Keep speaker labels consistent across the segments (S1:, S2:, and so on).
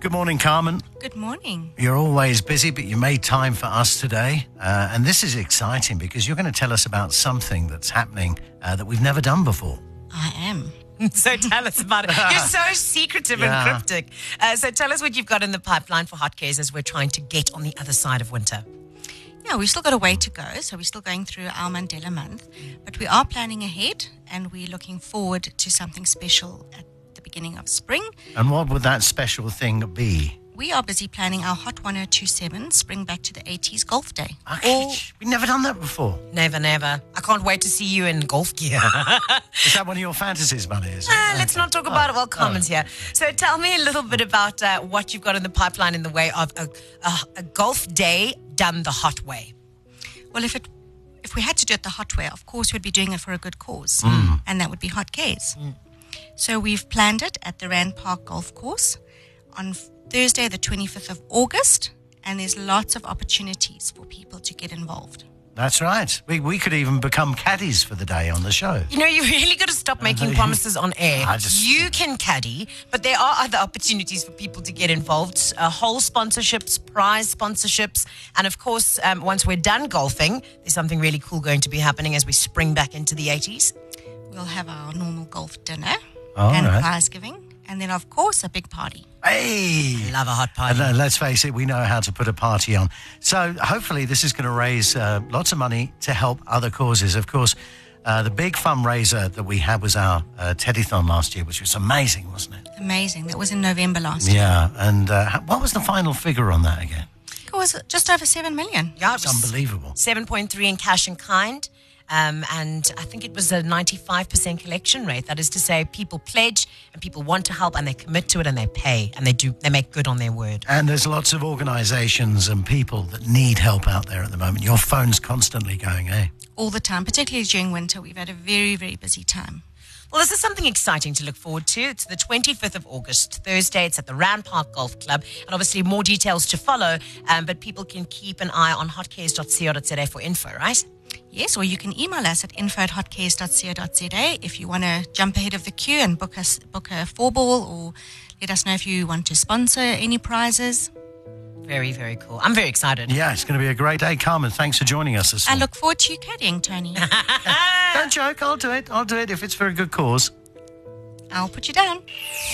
S1: Good morning, Carmen.
S2: Good morning.
S1: You're always busy, but you made time for us today. Uh, and this is exciting because you're going to tell us about something that's happening uh, that we've never done before.
S2: I am.
S3: so tell us about it. You're so secretive
S1: Yeah.
S3: and cryptic. Uh, so tell us what you've got in the pipeline for hot cares as we're trying to get on the other side of winter.
S2: Yeah, we've still got a way to go. So we're still going through our Mandela month, but we are planning ahead and we're looking forward to something special at the beginning of spring.
S1: And what would that special thing be?
S2: We are busy planning our Hot 1027 Spring Back to the 80s Golf Day.
S1: Okay, we've never done that before.
S3: Never, never. I can't wait to see you in golf gear.
S1: Is that one of your fantasies, Manny? Is it?
S3: Ah, let's not talk about it while Carmen's here. So tell me a little bit about uh, what you've got in the pipeline in the way of a, a, a golf day done the hot way.
S2: Well, if it if we had to do it the hot way, of course we'd be doing it for a good cause,
S1: Hmm.
S2: and that would be hot K's. So we've planned it at the Rand Park Golf Course on Thursday, the 25th of August, and there's lots of opportunities for people to get involved.
S1: That's right. We, we could even become caddies for the day on the show.
S3: You know, you really got to stop making promises on air.
S1: I just-
S3: you can caddy, but there are other opportunities for people to get involved. Uh, whole sponsorships, prize sponsorships, and of course, um, once we're done golfing, there's something really cool going to be happening as we spring back into the 80s.
S2: We'll have our normal golf dinner
S1: All
S2: and
S1: right.
S2: prize giving, and then of course a big party.
S1: Hey!
S3: Love a hot
S1: And
S3: party.
S1: uh, let's face it, we know how to put a party on. So hopefully, this is going to raise uh, lots of money to help other causes. Of course, uh, the big fundraiser that we had was our uh, Teddython last year, which was amazing, wasn't it?
S2: Amazing. That was in November last year.
S1: Yeah. And uh, ho- what was the final figure on that again?
S2: It was just over seven million.
S3: Yeah, it
S1: It's
S3: was
S1: unbelievable.
S3: 7.3 in cash and kind. Um, and I think it was a 95% collection rate. That is to say, people pledge and people want to help and they commit to it and they pay and they do, they make good on their word.
S1: And there's lots of organisations and people that need help out there at the moment. Your phone's constantly going, eh?
S2: All the time, particularly during winter, we've had a very, very busy time.
S3: Well, this is something exciting to look forward to. It's the 25th of August, Thursday. It's at the Rand Park Golf Club. And obviously, more details to follow, um, but people can keep an eye on hotcares.co.za for info, right?
S2: Yes, or you can email us at info at hotcares.co.za if you want to jump ahead of the queue and book us book a four ball or let us know if you want to sponsor any prizes.
S3: Very, very cool. I'm very excited.
S1: Yeah, it's going to be a great day. Carmen, thanks for joining us this
S2: I
S1: morning.
S2: look forward to you caddying, Tony.
S1: Don't joke. I'll do it. I'll do it if it's for a good cause.
S2: I'll put you down.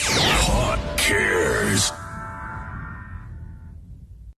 S4: Hot cares.